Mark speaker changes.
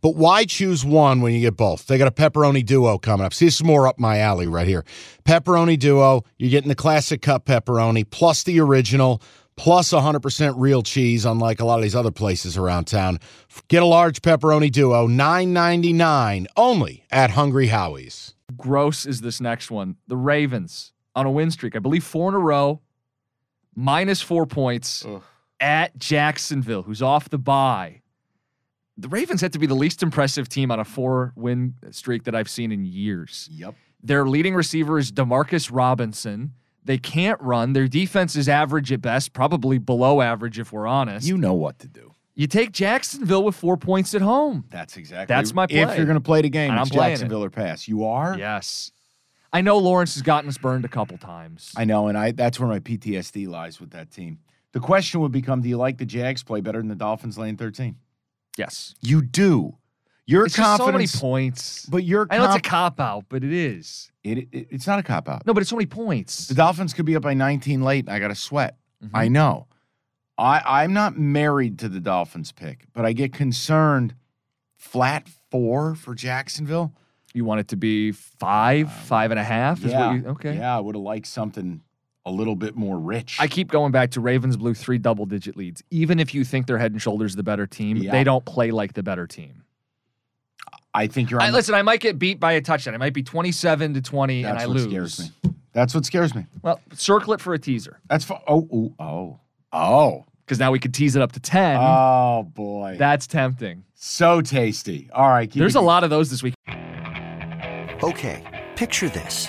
Speaker 1: But why choose one when you get both? They got a pepperoni duo coming up. See, this is more up my alley right here. Pepperoni duo, you're getting the classic cup pepperoni plus the original plus 100% real cheese unlike a lot of these other places around town. Get a large pepperoni duo, 9.99 only at Hungry Howie's.
Speaker 2: Gross is this next one. The Ravens on a win streak. I believe four in a row, minus 4 points at Jacksonville, who's off the bye the Ravens had to be the least impressive team on a four win streak that I've seen in years.
Speaker 3: Yep.
Speaker 2: Their leading receiver is Demarcus Robinson. They can't run. Their defense is average at best, probably below average if we're honest.
Speaker 4: You know what to do.
Speaker 2: You take Jacksonville with four points at home.
Speaker 4: That's exactly.
Speaker 2: That's my play.
Speaker 4: If you're going to play the game,
Speaker 2: And
Speaker 4: it's
Speaker 2: I'm playing it.
Speaker 4: Jacksonville or pass. You are.
Speaker 2: Yes. I know Lawrence has gotten us burned a couple times.
Speaker 4: I know, and I that's where my PTSD lies with that team. The question would become: Do you like the Jags play better than the Dolphins laying thirteen?
Speaker 2: yes.
Speaker 4: You do. Your
Speaker 2: It's just so many
Speaker 4: confidence,
Speaker 2: points.
Speaker 4: but your
Speaker 2: I know it's a
Speaker 4: conf-
Speaker 2: cop out, but it is.
Speaker 4: it, it- it's not a cop out.
Speaker 2: No, but it's so many points.
Speaker 4: The Dolphins could be up by 19 late, and I got to sweat.
Speaker 2: Mm-hmm.
Speaker 4: I know. I I'm not married to the Dolphins pick, but I get concerned. Flat four for Jacksonville.
Speaker 2: You want it to be five, five and a half is what you okay.
Speaker 4: Yeah, I would have liked something a little bit more rich.
Speaker 2: I keep going back to Ravens blew three double digit leads. Even if you think they're head and shoulders the better team,
Speaker 4: Yeah.
Speaker 2: they don't play like the better team.
Speaker 4: I think you're on.
Speaker 2: I, listen, I might get beat by a touchdown. It might be 27 to 20
Speaker 4: that's
Speaker 2: and I
Speaker 4: what
Speaker 2: lose.
Speaker 4: scares me. That's what scares me.
Speaker 2: Well, circle it for a teaser
Speaker 4: That's for oh ooh, oh oh
Speaker 2: because now we could tease it up to 10.
Speaker 4: oh boy.
Speaker 2: That's tempting.
Speaker 4: so tasty. All right, keep
Speaker 2: There's
Speaker 4: it-
Speaker 2: a lot of those this week.
Speaker 5: Okay, picture this.